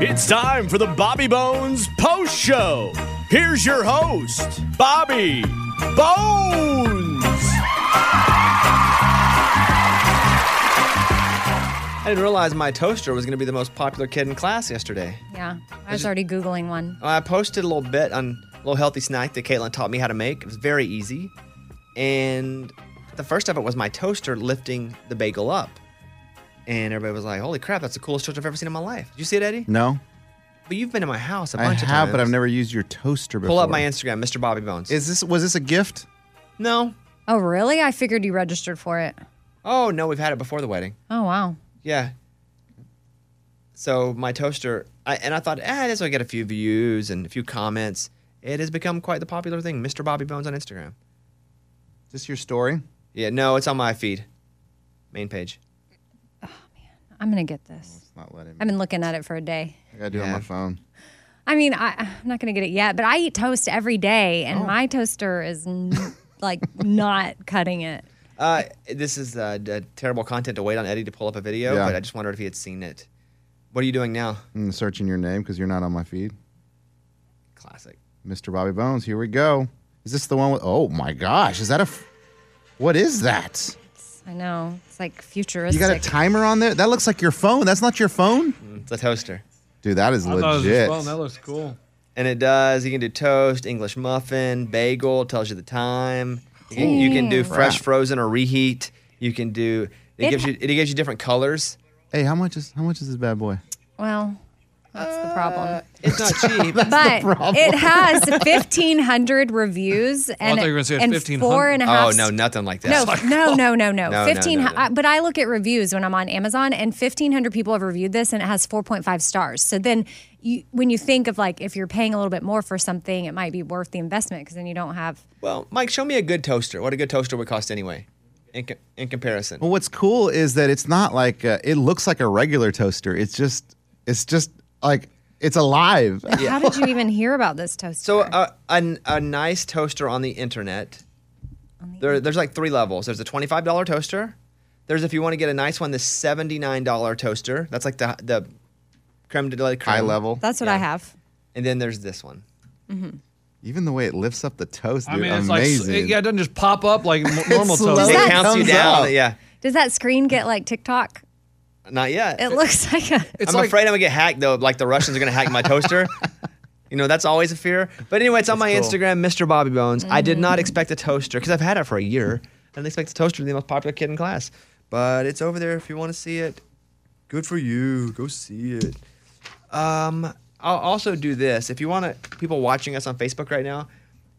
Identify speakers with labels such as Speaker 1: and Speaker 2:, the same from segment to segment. Speaker 1: It's time for the Bobby Bones Post Show. Here's your host, Bobby Bones.
Speaker 2: I didn't realize my toaster was going to be the most popular kid in class yesterday.
Speaker 3: Yeah, I was already Googling one.
Speaker 2: I posted a little bit on a little healthy snack that Caitlin taught me how to make. It was very easy. And the first of it was my toaster lifting the bagel up. And everybody was like, holy crap, that's the coolest toaster I've ever seen in my life. Did you see it, Eddie?
Speaker 4: No,
Speaker 2: But you've been in my house a
Speaker 4: I
Speaker 2: bunch of times.
Speaker 4: have, but I've never used your toaster before.
Speaker 2: Pull up my Instagram, Mr. Bobby Bones.
Speaker 4: Is this was this a gift?
Speaker 2: no.
Speaker 3: Oh, really? I figured you registered for it.
Speaker 2: Oh, no, we've had it before the wedding.
Speaker 3: Oh, wow.
Speaker 2: Yeah. So my toaster, I, and I thought, ah, this will get a few views and a few comments. It has become quite the popular thing, Mr. Bobby Bones on Instagram.
Speaker 4: Is this your story?
Speaker 2: Yeah, no, it's on my feed, main page.
Speaker 3: I'm going to get this.
Speaker 4: It's not letting me.
Speaker 3: I've been looking at it for a day.
Speaker 4: I gotta do it on
Speaker 2: Yeah.
Speaker 4: my phone.
Speaker 3: I mean, I, I'm not going to get it yet, but I eat toast every day,
Speaker 5: Oh.
Speaker 3: and my toaster is n- like not cutting it.
Speaker 2: Uh, this is uh, d- terrible content to wait on Eddie to pull up a video,
Speaker 4: Yeah.
Speaker 2: but I just wondered if he had seen it. What are you doing now?
Speaker 4: I'm searching your name because you're not on my feed.
Speaker 2: Classic.
Speaker 4: Mr. Bobby Bones, here we go. Is this the one with? Oh my gosh, is that a? F- what is that?
Speaker 3: I know. It's like
Speaker 4: You
Speaker 3: futuristic.
Speaker 4: got a timer on there? That looks like your phone. That's not your phone,
Speaker 2: It's a toaster.
Speaker 4: dude. That is
Speaker 5: I thought it was his
Speaker 4: legit.
Speaker 5: phone. That looks cool.
Speaker 2: And it does. You can do toast, English muffin, bagel, tells you the time. You can, you can do
Speaker 3: Dang.
Speaker 2: fresh
Speaker 4: Crap.
Speaker 2: frozen or reheat. You can do it,
Speaker 3: It
Speaker 2: gives
Speaker 3: ha-
Speaker 2: you it gives you different colors.
Speaker 4: hey, how much is how much is this bad boy?
Speaker 3: well, that's the problem.
Speaker 2: It's not cheap.
Speaker 3: But it has 1,500 reviews
Speaker 5: Oh, I
Speaker 3: and,
Speaker 5: thought you were gonna say it's
Speaker 3: and
Speaker 5: 1,500.
Speaker 3: four and a half
Speaker 2: oh no, nothing like that.
Speaker 3: No, no, no, no, no,
Speaker 2: no,
Speaker 3: Fifteen.
Speaker 2: no, no.
Speaker 3: I- but I look at reviews when I'm on Amazon, and fifteen hundred people have reviewed this, and it has four point five stars. So then, you, when you think of like if you're paying a little bit more for something, it might be worth the investment because then you don't have.
Speaker 2: Well, Mike, show me a good toaster. What a good toaster would cost anyway, in co- in comparison.
Speaker 3: Oh.
Speaker 4: Well, what's cool is that it's not like uh it looks like a regular toaster. It's just it's just like it's alive.
Speaker 3: How did you even hear about this toaster?
Speaker 2: So uh, a, a nice toaster on the internet. There, there's like three levels. There's a twenty-five dollar toaster. There's if you want to get a nice one, the seventy-nine dollar toaster. That's like the the creme de la creme.
Speaker 4: High level.
Speaker 3: that's what I have.
Speaker 2: And then there's this one.
Speaker 4: Even the way it lifts up the toast,
Speaker 5: I
Speaker 4: dude,
Speaker 5: mean, it's
Speaker 4: amazing.
Speaker 5: like it, yeah, it doesn't just pop up like m- normal
Speaker 4: slow.
Speaker 5: toast.
Speaker 2: It
Speaker 3: that
Speaker 2: counts you
Speaker 4: comes
Speaker 2: down.
Speaker 4: up.
Speaker 2: Yeah,
Speaker 3: Does that screen get like TikTok?
Speaker 2: not yet.
Speaker 3: It looks like a.
Speaker 5: It's
Speaker 2: I'm
Speaker 5: like
Speaker 2: afraid I'm gonna get hacked though. Like the Russians are gonna hack my toaster. You know that's always a fear. But anyway, it's on my Instagram, Mr. Bobby Bones. I did not expect a toaster because I've had it for a year. I didn't expect a toaster to be the most popular kid in class. But it's over there if you want to see it. Good for you. Go see it. Um, I'll also do this if you want to. People watching us on Facebook right now,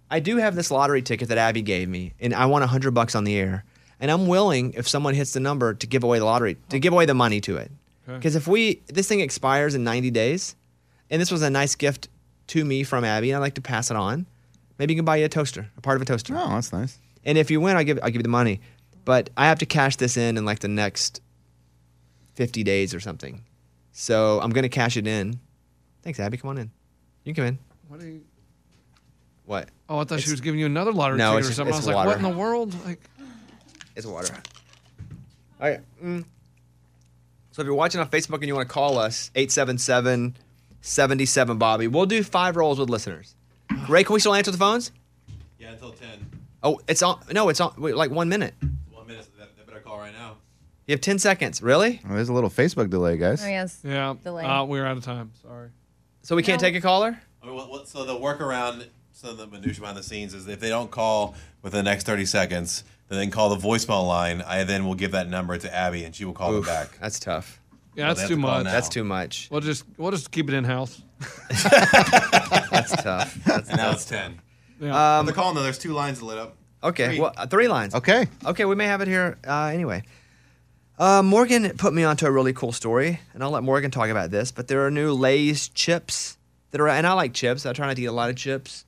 Speaker 2: I do have this lottery ticket that Abby gave me, and I won a hundred bucks on the air. And I'm willing, if someone hits the number, to give away the lottery, to give away the money to it. Because if we, this thing expires in 90 days, and this was a nice gift to me from Abby, and I'd like to pass it on. Maybe you can buy you a toaster, a part of a toaster.
Speaker 4: oh, that's nice.
Speaker 2: And if you win, I give, I give you the money. But I have to cash this in in like the next 50 days or something. So I'm gonna cash it in. Thanks, Abby. Come on in. You can come in.
Speaker 5: What are you-
Speaker 2: What?
Speaker 5: Oh, I thought she was giving you another lottery
Speaker 2: No, it's-
Speaker 5: ticket or something. I
Speaker 2: it's
Speaker 5: was like, what in
Speaker 2: water.
Speaker 5: the world? Like,
Speaker 2: It's water. All right. Mm. So if you're watching on Facebook and you want to call us, 877 77 Bobby, we'll do five rolls with listeners. Ray, can we still answer the phones?
Speaker 6: Yeah, until 10.
Speaker 2: Oh, it's on. No, it's on. Wait, like one minute.
Speaker 6: One minute. so They better call right now.
Speaker 2: You have 10 seconds. Really?
Speaker 4: Oh, there's a little Facebook delay, guys.
Speaker 3: Oh yes.
Speaker 5: yeah,
Speaker 3: Delay.
Speaker 5: uh, we're out of time. Sorry.
Speaker 2: So we can't
Speaker 3: No.
Speaker 2: take a caller?
Speaker 6: I mean, what, what, so the workaround, so the minutia behind the scenes is if they don't call within the next 30 seconds, then they can call the voicemail line. I then will give that number to Abby and she will call
Speaker 2: Oof,
Speaker 6: them back.
Speaker 2: That's tough.
Speaker 5: Yeah,
Speaker 6: Well,
Speaker 5: that's
Speaker 6: they have
Speaker 5: too
Speaker 6: to call
Speaker 5: much.
Speaker 6: now.
Speaker 2: That's too much.
Speaker 5: We'll just we'll just keep it in house.
Speaker 2: That's tough. That's
Speaker 6: And now it's 10.
Speaker 5: Yeah.
Speaker 2: Um,
Speaker 6: they're calling though. There's two lines lit up.
Speaker 2: Okay,
Speaker 6: Three.
Speaker 2: well, uh, three lines.
Speaker 4: Okay.
Speaker 2: Okay, we may have it here uh, anyway. Uh, Morgan put me onto a really cool story, and I'll let Morgan talk about this. But there are new Lay's chips that are, and I like chips. I try not to eat a lot of chips.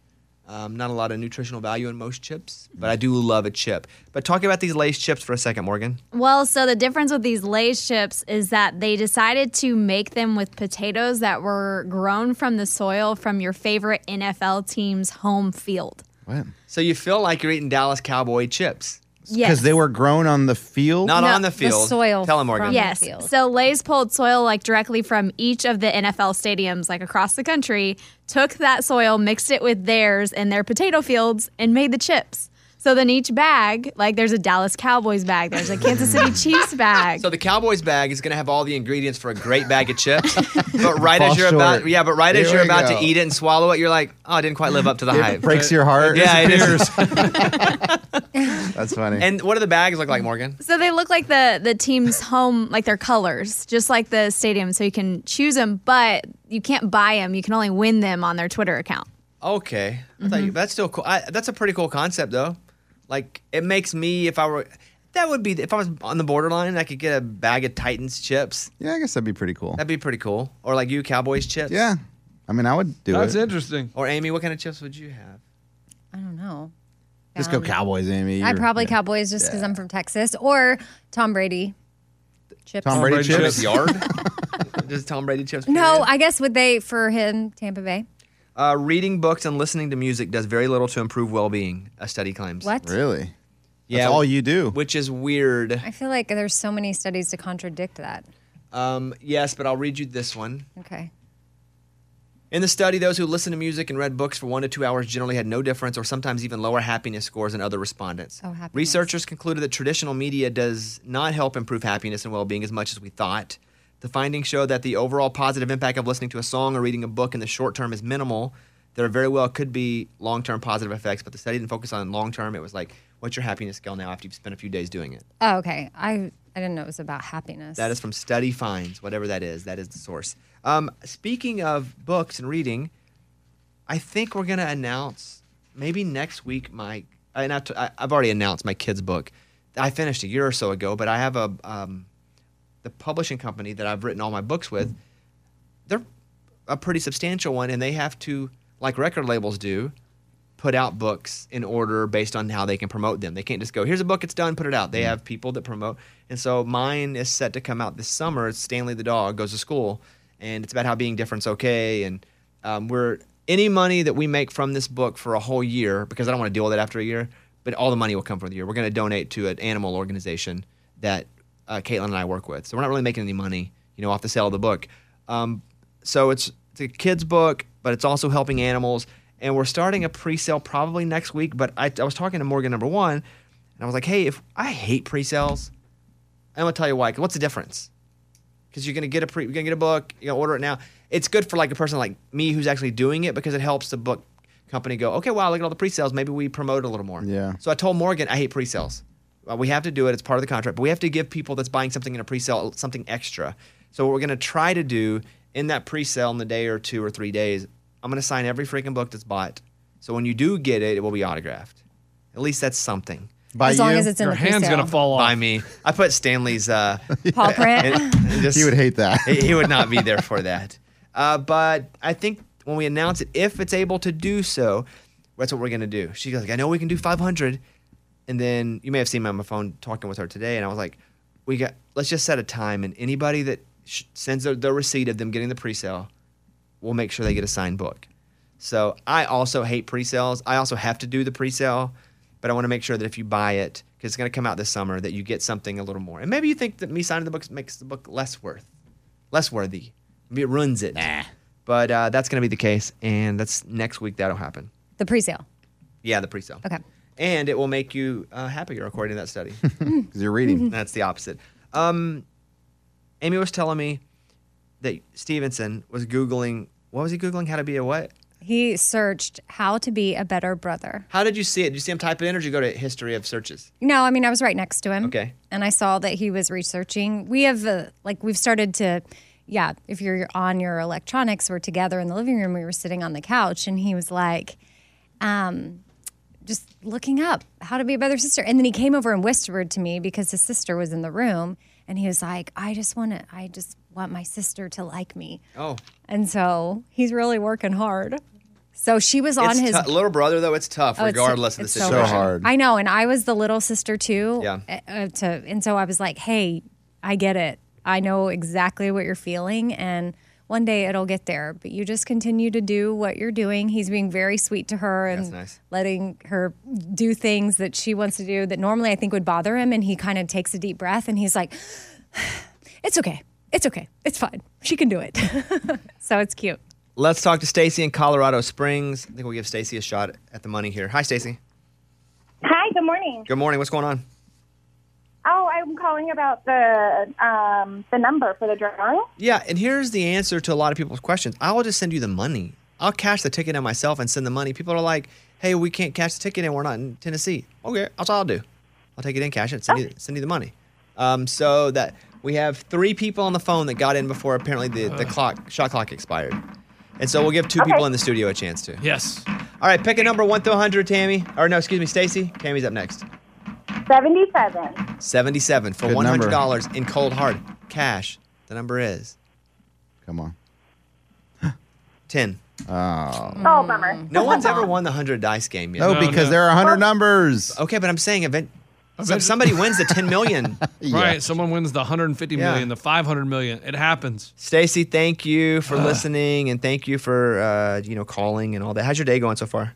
Speaker 2: Um, not a lot of nutritional value in most chips, but I do love a chip. But talk about these Lay's chips for a second, Morgan.
Speaker 7: Well, so the difference with these Lay's chips is that they decided to make them with potatoes that were grown from the soil from your favorite NFL team's home field.
Speaker 4: What?
Speaker 2: So you feel like you're eating Dallas Cowboy chips.
Speaker 7: Yes.
Speaker 4: they were grown on the field.
Speaker 2: Not
Speaker 3: No,
Speaker 2: on the
Speaker 3: the
Speaker 2: field.
Speaker 3: soil
Speaker 2: Tell him, Morgan.
Speaker 3: from-
Speaker 7: Yes.
Speaker 3: field.
Speaker 7: So Lay's pulled soil like directly from each of the NFL stadiums like across the country, took that soil, mixed it with theirs and their potato fields and made the chips. So then each bag, like there's a Dallas Cowboys bag, there's a Kansas City Chiefs bag.
Speaker 2: So the Cowboys bag is going to have all the ingredients for a great bag of chips, but right as
Speaker 4: Fall
Speaker 2: you're about
Speaker 4: short.
Speaker 2: yeah, but right as
Speaker 4: Here
Speaker 2: you're
Speaker 4: we
Speaker 2: about
Speaker 4: go.
Speaker 2: to eat it and swallow it, you're like, oh, I didn't quite live up to the hype.
Speaker 4: breaks your heart.
Speaker 2: Yeah, it is.
Speaker 4: that's funny.
Speaker 2: And what do the bags look
Speaker 4: Mm-hmm.
Speaker 2: like, Morgan?
Speaker 7: So they look like the the team's home, like their colors, just like the stadium. So you can choose them, but you can't buy them. You can only win them on their Twitter account.
Speaker 2: Okay, I
Speaker 4: Mm-hmm.
Speaker 2: thought you, that's still cool. I, that's a pretty cool concept, though. Like it makes me, if I were, that would be if I was on the borderline, I could get a bag of Titans chips.
Speaker 4: yeah, I guess that'd be pretty cool.
Speaker 2: That'd be pretty cool. Or like you, Cowboys chips.
Speaker 4: yeah, I mean, I would do
Speaker 5: That's
Speaker 4: it.
Speaker 5: interesting.
Speaker 2: Or Amy, what kind of chips would you have?
Speaker 3: I don't know. Um,
Speaker 4: Just go Cowboys, Amy.
Speaker 3: I
Speaker 4: You're-
Speaker 3: probably
Speaker 4: yeah.
Speaker 3: Cowboys just because I'm from Texas or Tom Brady chips.
Speaker 4: Tom Brady
Speaker 5: Brady
Speaker 4: chips.
Speaker 5: chips.
Speaker 2: Yard. Does Tom Brady chips?
Speaker 3: No,
Speaker 2: period?
Speaker 3: I guess would they for him Tampa Bay?
Speaker 2: Uh, reading books and listening to music does very little to improve well-being. A study claims.
Speaker 3: What?
Speaker 4: Really?
Speaker 2: Yeah,
Speaker 4: That's all you do.
Speaker 2: Which is weird.
Speaker 3: I feel like there's so many studies to contradict that.
Speaker 2: Um, yes, but I'll read you this one.
Speaker 3: Okay.
Speaker 2: In the study, those who listened to music and read books for one to two hours generally had no difference or sometimes even lower happiness scores than other respondents.
Speaker 3: Oh, happiness.
Speaker 2: Researchers concluded that traditional media does not help improve happiness and well being as much as we thought. The findings show that the overall positive impact of listening to a song or reading a book in the short term is minimal. There very well could be long term positive effects, but the study didn't focus on long term. It was like, what's your happiness scale now after you've spent a few days doing it?
Speaker 3: Oh, okay. I I didn't know it was about happiness.
Speaker 2: That is from Study Finds, whatever that is. That is the source. Um, speaking of books and reading, I think we're going to announce maybe next week my. And I t- I, I've already announced my kid's book. I finished a year or so ago, but I have a um, the publishing company that I've written all my books with. They're a pretty substantial one, and they have to, like record labels do, put out books in order based on how they can promote them. They can't just go, here's a book, it's done, put it out. They have people that promote. And so mine is set to come out this summer. It's Stanley the Dog Goes to School. And it's about how being different's okay. And um, we're any money that we make from this book for a whole year, because I don't want to deal with it after a year, but all the money will come from the year. We're going to donate to an animal organization that uh, Caitlin and I work with. So we're not really making any money, you know, off the sale of the book. Um, so it's it's a kid's book, but it's also helping animals. And we're starting a pre-sale probably next week. But I, I was talking to Morgan number one, and I was like, hey, if I hate pre-sales, I'm gonna tell you why. 'Cause What's the difference? Because you're gonna get a pre, you're gonna get a book, you're gonna order it now. It's good for like a person like me who's actually doing it because it helps the book company go, okay, wow, look at all the pre-sales. Maybe we promote a little more.
Speaker 4: Yeah.
Speaker 2: So I told Morgan, I hate pre-sales. Well, we have to do it. It's part of the contract, but we have to give people that's buying something in a pre-sale something extra. So what we're gonna try to do in that pre-sale in the day or two or three days, I'm gonna sign every freaking book that's bought. So when you do get it, it will be autographed. At least that's something.
Speaker 4: By
Speaker 3: as long
Speaker 4: you?
Speaker 3: as it's in
Speaker 5: Your
Speaker 3: the
Speaker 5: hand's
Speaker 3: pre-sale.
Speaker 5: gonna fall off.
Speaker 2: By me, I put Stanley's uh,
Speaker 3: paw print.
Speaker 2: and- and just-
Speaker 4: He would hate that.
Speaker 2: he he would not be there for that. Uh, but I think when we announce it, if it's able to do so, that's what we're going to do. She goes, like, I know we can do 500. And then you may have seen me on my phone talking with her today. And I was like, we got, let's just set a time. And anybody that sh- sends their, their receipt of them getting the pre sale, we'll make sure they get a signed book. So I also hate pre-sales. I also have to do the pre-sale, but I want to make sure that if you buy it, because it's going to come out this summer, that you get something a little more. And maybe you think that me signing the book makes the book less worth, less worthy. Maybe it ruins it. Nah. But uh, that's going to be the case, and that's next week. That'll happen.
Speaker 3: the pre-sale.
Speaker 2: Yeah, the pre-sale.
Speaker 3: Okay.
Speaker 2: And it will make you uh, happier according to that study.
Speaker 4: 'Cause you're reading.
Speaker 2: That's the opposite. Um, Amy was telling me that Stevenson was googling. What was he googling? How to be a what?
Speaker 3: He searched how to be a better brother.
Speaker 2: How did you see it? Did you see him type it in, or did you go to history of searches?
Speaker 3: No, I mean I was right next to him.
Speaker 2: Okay.
Speaker 3: And I saw that he was researching. We have uh, like we've started to yeah, if you're on your electronics, we're together in the living room. We were sitting on the couch and he was like um just looking up how to be a better sister. And then he came over and whispered to me because his sister was in the room and he was like, "I just want to I just want my sister to like me."
Speaker 2: Oh,
Speaker 3: And so he's really working hard. So she was on
Speaker 2: Oh, it's
Speaker 3: his
Speaker 2: tou- little brother though. It's tough,
Speaker 3: Oh, it's-
Speaker 2: regardless of the
Speaker 3: it's
Speaker 2: situation.
Speaker 4: So hard.
Speaker 3: I know, and I was the little sister too.
Speaker 2: Yeah.
Speaker 3: uh, Uh, to and so I was like, "Hey, I get it. I know exactly what you're feeling, and one day it'll get there. But you just continue to do what you're doing. He's being very sweet to her and
Speaker 2: That's nice.
Speaker 3: letting her do things that she wants to do that normally I think would bother him. And he kind of takes a deep breath and he's like, "It's okay. It's okay. It's fine. She can do it." so it's cute.
Speaker 2: Let's talk to Stacy in Colorado Springs. I think we'll give Stacy a shot at the money here. Hi, Stacy.
Speaker 8: Hi, good morning.
Speaker 2: Good morning. What's going on?
Speaker 8: Oh, I'm calling about the um, the number for the drawing.
Speaker 2: Yeah, and here's the answer to a lot of people's questions. I'll just send you the money. I'll cash the ticket in myself and send the money. People are like, "Hey, we can't cash the ticket and we're not in Tennessee." Okay, that's all I'll do. I'll take it in, cash it, send, you, send you the money. Um, so that we have three people on the phone that got in before apparently the, the clock shot clock expired, and so we'll give two people in the studio a chance to.
Speaker 5: Yes.
Speaker 2: All right, pick a number one through hundred, Tammy. Or no, excuse me, Stacy. Tammy's up next.
Speaker 8: 77.
Speaker 2: Seventy-seven for
Speaker 4: Good
Speaker 2: one
Speaker 4: number.
Speaker 2: hundred dollars in cold hard cash. The number is
Speaker 4: Come on.
Speaker 2: ten.
Speaker 8: Oh, bummer.
Speaker 2: Mm. No one's ever won the hundred dice game yet.
Speaker 4: No,
Speaker 5: No,
Speaker 4: because
Speaker 5: no.
Speaker 4: there are
Speaker 2: Oh.
Speaker 4: 100 numbers.
Speaker 2: Okay, but I'm saying event. some-
Speaker 5: Eventually-
Speaker 2: somebody wins the 10 million.
Speaker 4: Yeah.
Speaker 5: Right. Someone wins the 150 million,
Speaker 2: Yeah.
Speaker 5: the 500 million. It happens.
Speaker 2: Stacy, thank you for listening and thank you for uh, you know calling and all that. How's your day going so far?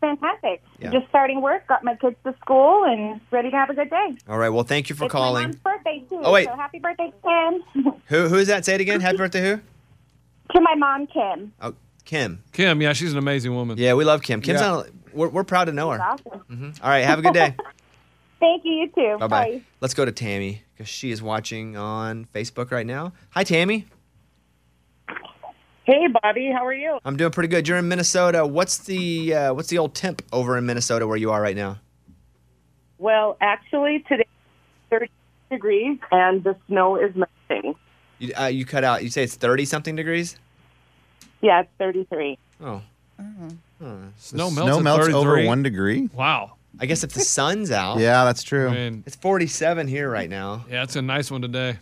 Speaker 8: Fantastic.
Speaker 2: Yeah.
Speaker 8: Just starting work, got my kids to school, and ready to have a good day.
Speaker 2: All right. Well, thank you for
Speaker 8: it's my
Speaker 2: calling.
Speaker 8: mom's birthday, too.
Speaker 2: Oh, wait.
Speaker 8: So happy birthday, Kim.
Speaker 2: Who who is that? Say it again. Happy birthday, who?
Speaker 8: to my mom, Kim.
Speaker 2: Oh, Kim.
Speaker 5: Kim, yeah, she's an amazing woman.
Speaker 2: Yeah, we love Kim. Kim's
Speaker 5: Yeah.
Speaker 2: on. A, we're, we're proud to know her. Hmm? All
Speaker 8: Awesome.
Speaker 2: right. Have a good day.
Speaker 8: Thank you, you too.
Speaker 2: Bye bye. Let's go to Tammy because she is watching on Facebook right now. Hi, Tammy.
Speaker 9: Hey, Bobby, how are you?
Speaker 2: I'm doing pretty good. You're in Minnesota. What's the uh, what's the old temp over in Minnesota where you are right now?
Speaker 9: Well, actually, today it's 30 degrees and the snow is melting.
Speaker 2: You, uh, you cut out. You say it's 30 something degrees.
Speaker 9: Yeah, it's 33.
Speaker 2: Oh,
Speaker 5: Snow
Speaker 4: The
Speaker 5: melts,
Speaker 4: snow
Speaker 5: at
Speaker 4: melts over
Speaker 5: 33.
Speaker 4: one degree.
Speaker 5: Wow.
Speaker 2: I guess if the sun's out.
Speaker 4: Yeah, that's true.
Speaker 5: I mean,
Speaker 2: It's 47 here right now.
Speaker 5: yeah, it's a nice one today.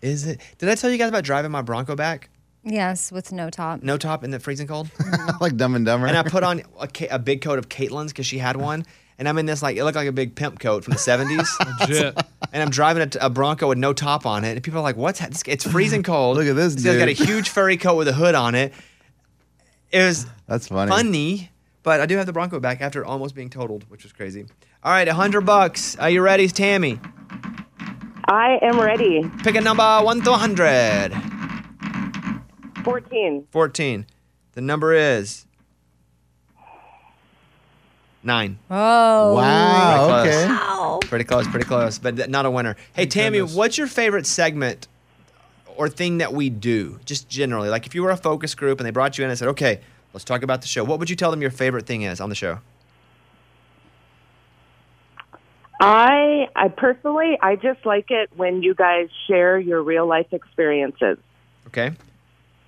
Speaker 2: Is it? Did I tell you guys about driving my Bronco back?
Speaker 3: Yes, with no top.
Speaker 2: No top in the freezing cold.
Speaker 4: like Dumb and Dumber.
Speaker 2: and I put on a, ca- a big coat of Caitlin's because she had one. And I'm in this like it looked like a big pimp coat from the 70s.
Speaker 4: Oh,
Speaker 5: Legit.
Speaker 2: and I'm driving a, t- a Bronco with no top on it. And people are like, "What's? Ha- this- it's freezing cold.
Speaker 4: Look at this
Speaker 2: He's got a
Speaker 4: dude.
Speaker 2: huge furry coat with a hood on it. It was
Speaker 4: that's funny.
Speaker 2: funny, but I do have the Bronco back after almost being totaled, which was crazy. All right, 100 bucks. Are you ready, Tammy?
Speaker 9: I am ready.
Speaker 2: Pick a number one to 100.
Speaker 9: 14.
Speaker 2: 14. The number is nine.
Speaker 3: Oh,
Speaker 4: Wow.
Speaker 2: Pretty
Speaker 4: Okay.
Speaker 2: close. Pretty close, pretty close, but th- not a winner. Hey, Tammy,
Speaker 5: goodness.
Speaker 2: what's your favorite segment or thing that we do, just generally? Like if you were a focus group and they brought you in and said, okay, let's talk about the show, what would you tell them your favorite thing is on the show?
Speaker 9: I, I personally, I just like it when you guys share your real life experiences.
Speaker 2: Okay.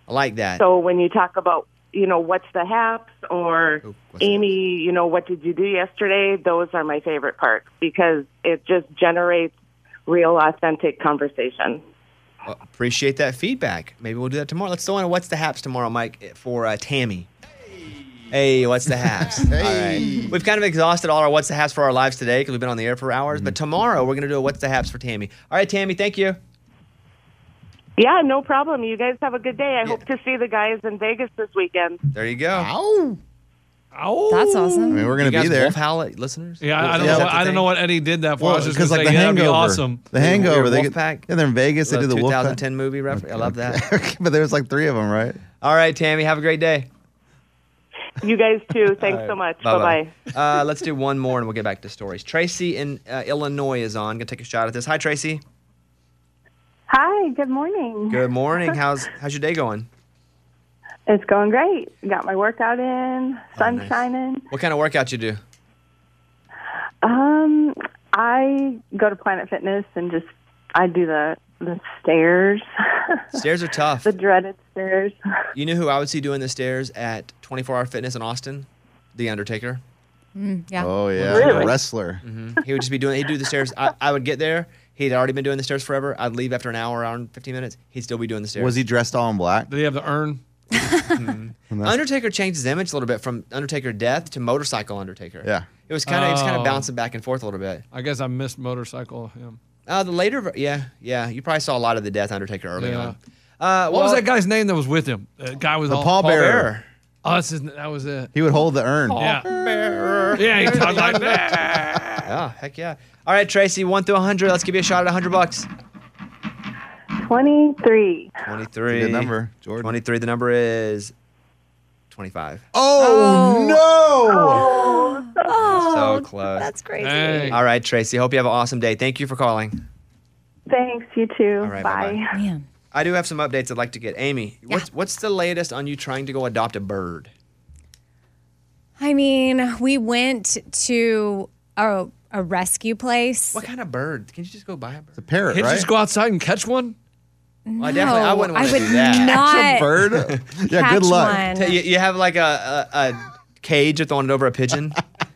Speaker 2: I like that.
Speaker 9: So when you talk about, you know, what's the haps or
Speaker 2: Oh, what's the
Speaker 9: Amy, you know, what did you do yesterday? Those are my favorite parts because it just generates real, authentic conversation.
Speaker 2: Well, appreciate that feedback. Maybe we'll do that tomorrow. Let's throw in a What's the Haps tomorrow, Mike, for uh, Tammy. Hey, what's the haps? All right. We've kind of exhausted all our what's the haps for our lives today because we've been on the air for hours.
Speaker 4: Mm-hmm.
Speaker 2: But tomorrow we're going to do a what's the haps for Tammy. All right, Tammy, thank you.
Speaker 9: Yeah, no problem. You guys have a good day. I hope to see the guys in Vegas this weekend.
Speaker 2: There you go.
Speaker 4: Ow.
Speaker 5: Oh.
Speaker 3: that's
Speaker 4: I
Speaker 3: awesome.
Speaker 4: mean, we're
Speaker 2: You
Speaker 4: going to
Speaker 2: guys
Speaker 4: be there.
Speaker 2: wolf howl at listeners?
Speaker 5: Yeah, I- I
Speaker 2: Is
Speaker 5: don't
Speaker 2: that
Speaker 5: know.
Speaker 2: the
Speaker 5: I don't
Speaker 2: thing?
Speaker 5: know what Eddie did that for. I was just gonna
Speaker 4: because like the
Speaker 5: say, yeah, that'd be
Speaker 4: hangover,
Speaker 5: awesome.
Speaker 4: the hangover, they
Speaker 2: Wolf
Speaker 4: get,
Speaker 2: pack.
Speaker 4: yeah, they're in Vegas. They do
Speaker 2: Little
Speaker 4: the wolf pack.
Speaker 2: 2010 movie reference. I love that.
Speaker 4: Okay, but there's like three of them, right?
Speaker 2: All right, Tammy, have a great day.
Speaker 9: You guys too. Thanks so much. Bye bye.
Speaker 2: Uh, let's do one more and we'll get back to stories. Tracy in uh, Illinois is on. Gonna take a shot at this. Hi, Tracy.
Speaker 8: Hi, good morning.
Speaker 2: Good morning. How's how's your day going?
Speaker 8: It's going great. Got my workout in, sun's
Speaker 2: Ah, nice.
Speaker 8: shining.
Speaker 2: What kind of workout you do?
Speaker 8: Um, I go to Planet Fitness and just I do the the stairs,
Speaker 2: Stairs are tough.
Speaker 8: the dreaded stairs.
Speaker 2: You knew who I would see doing the stairs at 24 Hour Fitness in Austin? The Undertaker.
Speaker 3: Yeah.
Speaker 4: Oh yeah,
Speaker 9: Really?
Speaker 4: wrestler.
Speaker 5: Mm-hmm.
Speaker 2: He would just be doing. He'd do the stairs. I, I would get there. He'd already been doing the stairs forever. I'd leave after an hour, hour and 15 minutes. He'd still be doing the stairs.
Speaker 4: Was he dressed all in black?
Speaker 5: Did he have the urn?
Speaker 2: Undertaker changed his image a little bit from Undertaker Death to Motorcycle Undertaker.
Speaker 4: Yeah.
Speaker 2: It was kind of. It was kind of
Speaker 5: Oh.
Speaker 2: bouncing back and forth a little bit.
Speaker 5: I guess I missed motorcycle him.
Speaker 2: Uh, the later, ver- yeah, yeah. You probably saw a lot of the Death Undertaker early
Speaker 5: Yeah.
Speaker 2: on. Uh,
Speaker 5: What was
Speaker 2: well-
Speaker 5: that guy's name that was with him? That guy was
Speaker 4: The
Speaker 5: all,
Speaker 4: pallbearer.
Speaker 5: Oh, that's his, that was it.
Speaker 4: He would hold the urn.
Speaker 5: Yeah. Yeah, he talked like that.
Speaker 2: Yeah, Ah, heck yeah. All right, Tracy, one through 100. Let's give you a shot at 100 bucks.
Speaker 8: 23.
Speaker 2: 23.
Speaker 4: Good number, Jordan.
Speaker 2: 23. The number is 25.
Speaker 4: Oh, no!
Speaker 2: so close.
Speaker 3: That's crazy.
Speaker 5: Hey.
Speaker 2: All right, Tracy. Hope you have an awesome day. Thank you for calling.
Speaker 8: Thanks, you too.
Speaker 2: right,
Speaker 8: Bye.
Speaker 2: bye-bye.
Speaker 3: Man.
Speaker 2: I do have some updates I'd like to get. Amy, what's what's the latest on you trying to go adopt a bird?
Speaker 3: I mean, we went to a, a rescue place.
Speaker 2: What kind of bird? Can you just go buy a bird?
Speaker 4: The parrot,
Speaker 5: Can't you
Speaker 4: right?
Speaker 5: just go outside and catch one?
Speaker 2: Well, I definitely I
Speaker 3: No,
Speaker 2: wouldn't want
Speaker 3: I
Speaker 2: to
Speaker 3: would
Speaker 2: do that.
Speaker 3: not
Speaker 4: Bird. yeah,
Speaker 3: catch
Speaker 4: good luck.
Speaker 3: one.
Speaker 2: T- You, you have like a, a, a cage you're throwing it over a pigeon.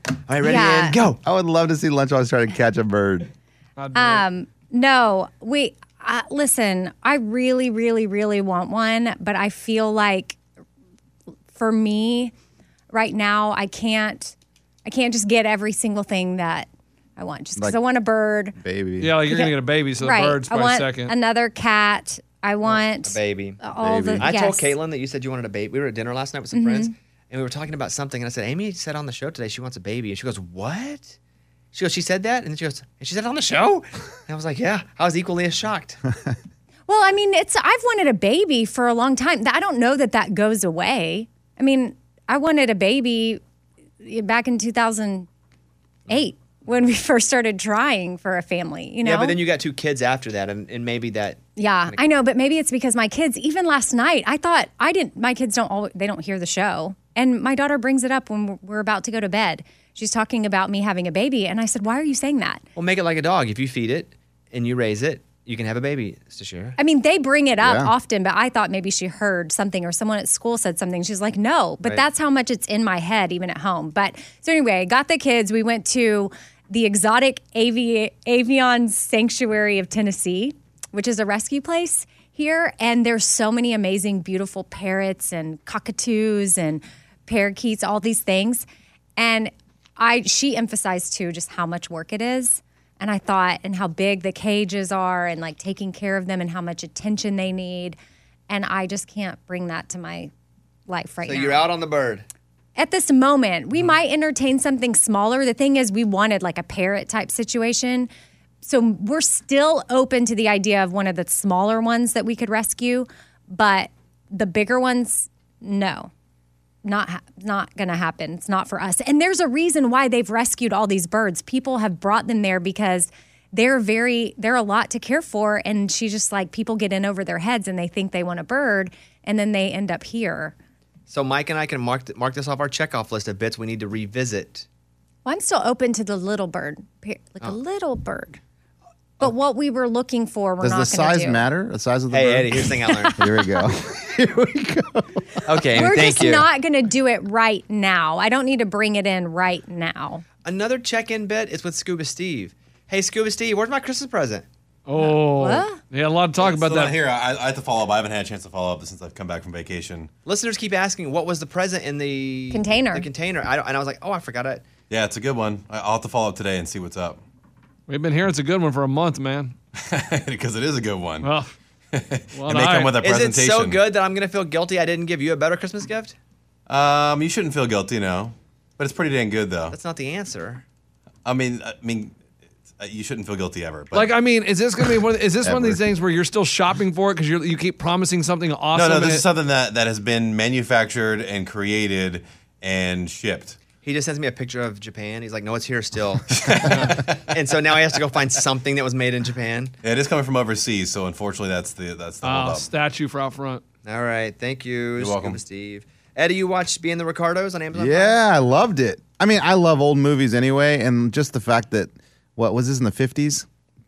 Speaker 2: All right, ready
Speaker 3: Yeah.
Speaker 2: and go.
Speaker 4: I would love to see Lunchbox try to catch a bird.
Speaker 5: I'd be
Speaker 3: Um, no, we uh, listen. I really, really, really want one, but I feel like for me right now, I can't. I can't just get every single thing that I want just because
Speaker 4: Like-
Speaker 3: I want a bird.
Speaker 4: Baby.
Speaker 5: Yeah, like you're gonna get a baby, so
Speaker 3: right.
Speaker 5: the bird's
Speaker 3: I
Speaker 5: probably
Speaker 3: want
Speaker 5: second.
Speaker 3: another cat. I want
Speaker 2: Baby.
Speaker 3: all
Speaker 4: Baby.
Speaker 3: the.
Speaker 2: I told
Speaker 3: yes. Mm-hmm.
Speaker 2: Caitlin that you said you wanted a baby. We were at dinner last night with some friends, and we were talking about something. And I said, Amy said on the show today she wants a baby, and she goes, "What?" She goes, "She said that," and then she goes, "And she said it on the show." And I was like, "Yeah." I was equally as shocked.
Speaker 3: Well, I mean, it's I've wanted a baby for a long time. I don't know that that goes away. I mean, I wanted a baby eh, back in 2008 when we first started trying for a family, you know.
Speaker 2: Yeah, but then you got two kids after that, and, and maybe that.
Speaker 3: Yeah, I know, but maybe it's because my kids even last night, I thought I didn't my kids don't always they don't hear the show. And my daughter brings it up when we're- we're about to go to bed. She's talking about me having a baby and I said, "Why are you saying that?"
Speaker 2: Well, make it like a dog. If you feed it and you raise it, you can have a baby, Stashira.
Speaker 3: I mean, they bring it up
Speaker 4: Yeah.
Speaker 3: often, but I thought maybe she heard something or someone at school said something. She's like, no, but
Speaker 2: Right.
Speaker 3: that's how much it's in my head, even at home. But so anyway, I got the kids. We went to the exotic avi- avian sanctuary of Tennessee, which is a rescue place here. And there's so many amazing, beautiful parrots and cockatoos and parakeets, all these things. And I, she emphasized too just how much work it is and I thought, and how big the cages are, and like taking care of them, and how much attention they need, and I just can't bring that to my life right
Speaker 2: So
Speaker 3: now.
Speaker 2: you're out on the bird.
Speaker 3: At this moment, we might entertain something smaller. The thing is, we wanted like a parrot type situation, so we're still open to the idea of one of the smaller ones that we could rescue, but the bigger ones, no not ha- not going to happen. It's not for us. And there's a reason why they've rescued all these birds. People have brought them there because they're very they're a lot to care for and she's just like people get in over their heads and they think they want a bird and then they end up here.
Speaker 2: So Mike and I can mark th- mark this off our checkoff list of bits we need to revisit.
Speaker 3: Well, I'm still open to the little bird, pe- like
Speaker 2: Oh.
Speaker 3: a little bird. But what we were looking for, we're
Speaker 4: Does
Speaker 3: not
Speaker 4: the
Speaker 3: going to
Speaker 4: size
Speaker 3: do.
Speaker 4: matter? The size of the
Speaker 2: Hey
Speaker 4: bird?
Speaker 2: Eddie, here's the thing I learned.
Speaker 4: Here we go.
Speaker 2: Okay, Amy,
Speaker 3: We're
Speaker 2: thank
Speaker 3: just
Speaker 2: you.
Speaker 3: not going to do it right now. I don't need to bring it in right now.
Speaker 2: Another check-in bit is with Scuba Steve. Hey Scuba Steve, where's my Christmas present?
Speaker 5: oh,
Speaker 3: What?
Speaker 5: yeah, a lot of talk about
Speaker 6: Still not
Speaker 5: that.
Speaker 6: here. I, I have to follow up. I haven't had a chance to follow up since I've come back from vacation.
Speaker 2: Listeners keep asking what was the present in the
Speaker 3: Container.
Speaker 2: The container. I don't, and I was like, oh, I forgot it.
Speaker 6: Yeah, it's a good one. I- I'll have to follow up today and see what's up
Speaker 5: We've been hearing it's a good one for a month, man. Oh.
Speaker 6: because it is a good one.
Speaker 5: Well, well,
Speaker 6: and they
Speaker 5: alright.
Speaker 6: come with a
Speaker 2: Is
Speaker 6: presentation.
Speaker 2: it so good that I'm gonna feel guilty I didn't give you a better Christmas gift?
Speaker 6: Um, you shouldn't feel guilty, no. But it's pretty dang good, though.
Speaker 2: That's not the answer.
Speaker 6: I mean, I mean, it's- uh, you shouldn't feel guilty ever. But
Speaker 5: Like I mean, is this gonna be one? Of, is this one of these
Speaker 4: Ever.
Speaker 5: things where you're still shopping for it because you keep promising something
Speaker 6: no,
Speaker 5: awesome?
Speaker 6: no,
Speaker 5: and
Speaker 6: this
Speaker 5: it-
Speaker 6: is something that that has been manufactured and created and shipped.
Speaker 2: He just sends me a picture of Japan. He's like, no, it's here still. and so now he has to go find something that was made in Japan.
Speaker 6: It is coming from overseas, so unfortunately, that's the that's the
Speaker 5: Oh,
Speaker 6: holdup.
Speaker 5: statue for out front.
Speaker 2: All right. Thank you, Scuba
Speaker 6: welcome.
Speaker 2: Steve. Eddie, you watched Being the Ricardos on Amazon? Prime?
Speaker 4: yeah, I loved it. I mean, I love old movies anyway, and just the fact that what was this in the fifties?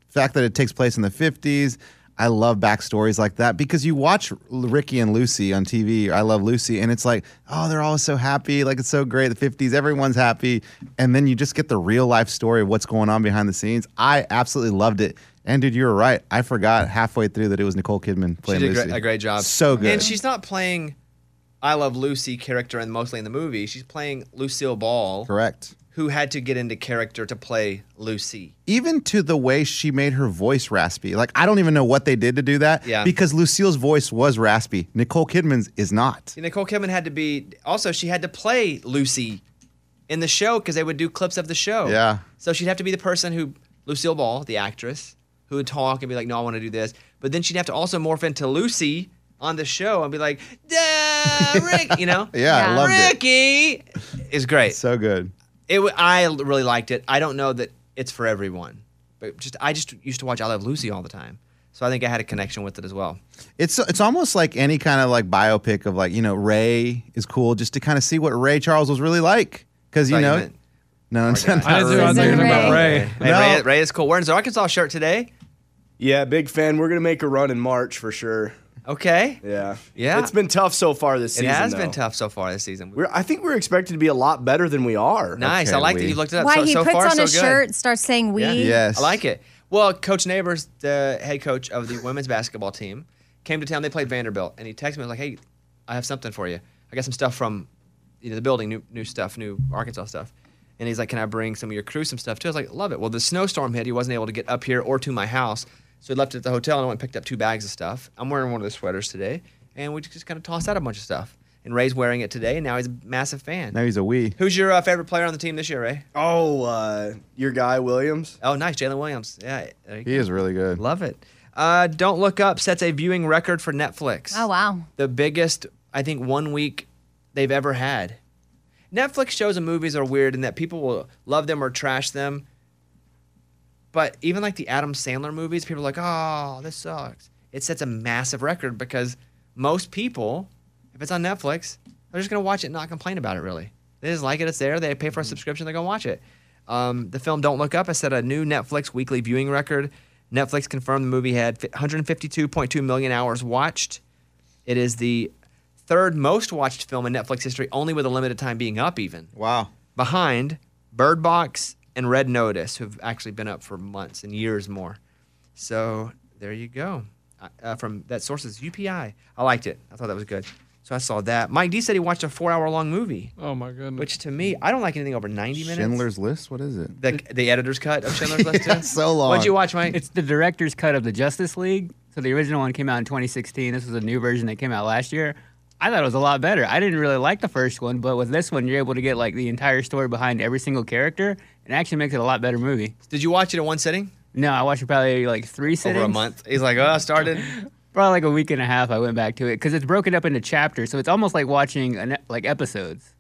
Speaker 4: Fact that it takes place in the fifties. I love backstories like that because you watch Ricky and Lucy on TV. I love Lucy, and it's like, oh, they're all so happy. Like it's so great. The fifties, everyone's happy, and then you just get the real life story of what's going on behind the scenes. I absolutely loved it. And dude, you were right. I forgot halfway through that it was Nicole Kidman
Speaker 2: She
Speaker 4: playing
Speaker 2: did
Speaker 4: Lucy.
Speaker 2: great, a great job.
Speaker 4: So good.
Speaker 2: And she's not playing I Love Lucy character and mostly in the movie. She's playing Lucille Ball,
Speaker 4: correct.
Speaker 2: who had to get into character to play Lucy.
Speaker 4: even to the way she made her voice raspy. Like I don't even know what they did to do that.
Speaker 2: Yeah.
Speaker 4: Because Lucille's voice was raspy. Nicole Kidman's is not.
Speaker 2: See, Nicole Kidman had to be also she had to play Lucy in the show because they would do clips of the show.
Speaker 4: Yeah.
Speaker 2: So she'd have to be the person who Lucille Ball, the actress, who would talk and be like, "No, I want to do this," but then she'd have to also morph into Lucy on the show and be like, "Duh, Rick," you know?
Speaker 4: Yeah, I
Speaker 3: Yeah.
Speaker 4: loved it.
Speaker 2: Ricky is great.
Speaker 4: So good.
Speaker 2: It wa- I l- really liked it. I don't know that it's for everyone, but just I just used to watch I Love Lucy all the time, so I think I had a connection with it as well.
Speaker 4: It's it's almost like any kind of like biopic of like you know Ray is cool just to kind of see what Ray Charles was really like because you
Speaker 2: Thought you
Speaker 4: know
Speaker 2: meant-
Speaker 4: no it's not
Speaker 5: I didn't
Speaker 4: Ray.
Speaker 5: I was thinking about
Speaker 3: Ray.
Speaker 5: Ray.
Speaker 2: Hey,
Speaker 4: No.
Speaker 2: Ray, Ray is cool. Wearing his Arkansas shirt today.
Speaker 1: Yeah, big fan. We're gonna make a run in March for sure.
Speaker 2: Okay.
Speaker 1: Yeah,
Speaker 2: Yeah.
Speaker 1: It's been tough so far this
Speaker 2: It
Speaker 1: season.
Speaker 2: has been
Speaker 1: though.
Speaker 2: tough so far this season.
Speaker 1: We're, I think we're expected to be a lot better than we are.
Speaker 2: nice. I
Speaker 4: Okay,
Speaker 2: like that
Speaker 4: we-
Speaker 2: you looked it up.
Speaker 3: Why
Speaker 2: so,
Speaker 3: he
Speaker 2: so
Speaker 3: puts
Speaker 2: far,
Speaker 3: on
Speaker 2: so
Speaker 3: a
Speaker 2: good.
Speaker 3: shirt, starts saying we.
Speaker 2: Yeah.
Speaker 4: Yes.
Speaker 2: I like it. Well, Coach Neighbors, the head coach of the women's basketball team, came to town. They played Vanderbilt, and he texted me like, "Hey, I have something for you. I got some stuff from you know, the building, new new stuff, new Arkansas stuff." And he's like, "Can I bring some of your crew some stuff too?" I was like, "Love it." Well, the snowstorm hit. He wasn't able to get up here or to my house, so he left it at the hotel, and I went and picked up two bags of stuff. I'm wearing one of the sweaters today, and we just kind of tossed out a bunch of stuff. And Ray's wearing it today, and now he's a massive fan.
Speaker 4: now he's a we
Speaker 2: Who's your uh, favorite player on the team this year, Ray?
Speaker 1: Oh, uh, your guy Williams.
Speaker 2: Oh, nice, Jalen Williams. Yeah, there you
Speaker 4: he is really good
Speaker 2: Love it. Uh, Don't Look Up sets a viewing record for Netflix.
Speaker 3: Oh wow.
Speaker 2: The biggest, I think, one week they've ever had. Netflix shows and movies are weird in that people will love them or trash them. But even like the Adam Sandler movies, people are like, oh, this sucks. It sets a massive record because most people, if it's on Netflix, they're just going to watch it and not complain about it, really. They just like it, it's there. They pay for a subscription, they're going to watch it. Um, the film Don't Look Up has set a new Netflix weekly viewing record. Netflix confirmed the movie had fi- 152.2 million hours watched. It is the third most watched film in Netflix history, only with a limited time being up, even
Speaker 4: wow
Speaker 2: behind Bird Box and Red Notice, who've actually been up for months and years more. So there you go. Uh, Uh, from that source is UPI. I liked it. I thought that was good. So I saw that. Mike D said he watched a four-hour-long movie,
Speaker 5: Oh my goodness.
Speaker 2: which to me, I don't like anything over ninety minutes.
Speaker 4: Schindler's List what is it
Speaker 2: the, the editor's cut of Schindler's List.
Speaker 4: Yeah,
Speaker 2: too?
Speaker 4: so long.
Speaker 2: What'd you watch, Mike?
Speaker 10: It's the director's cut of the Justice League. So the original one came out in 2016. This was a new version that came out last year. I thought it was a lot better. I didn't really like the first one, but with this one, you're able to get like the entire story behind every single character, and it actually makes it a lot better movie.
Speaker 2: Did you watch it in one sitting?
Speaker 10: No, I watched it probably like three sittings.
Speaker 2: Over a month. He's like, oh, I started.
Speaker 10: Probably like a week and a half. I went back to it because it's broken up into chapters, so it's almost like watching an, like episodes.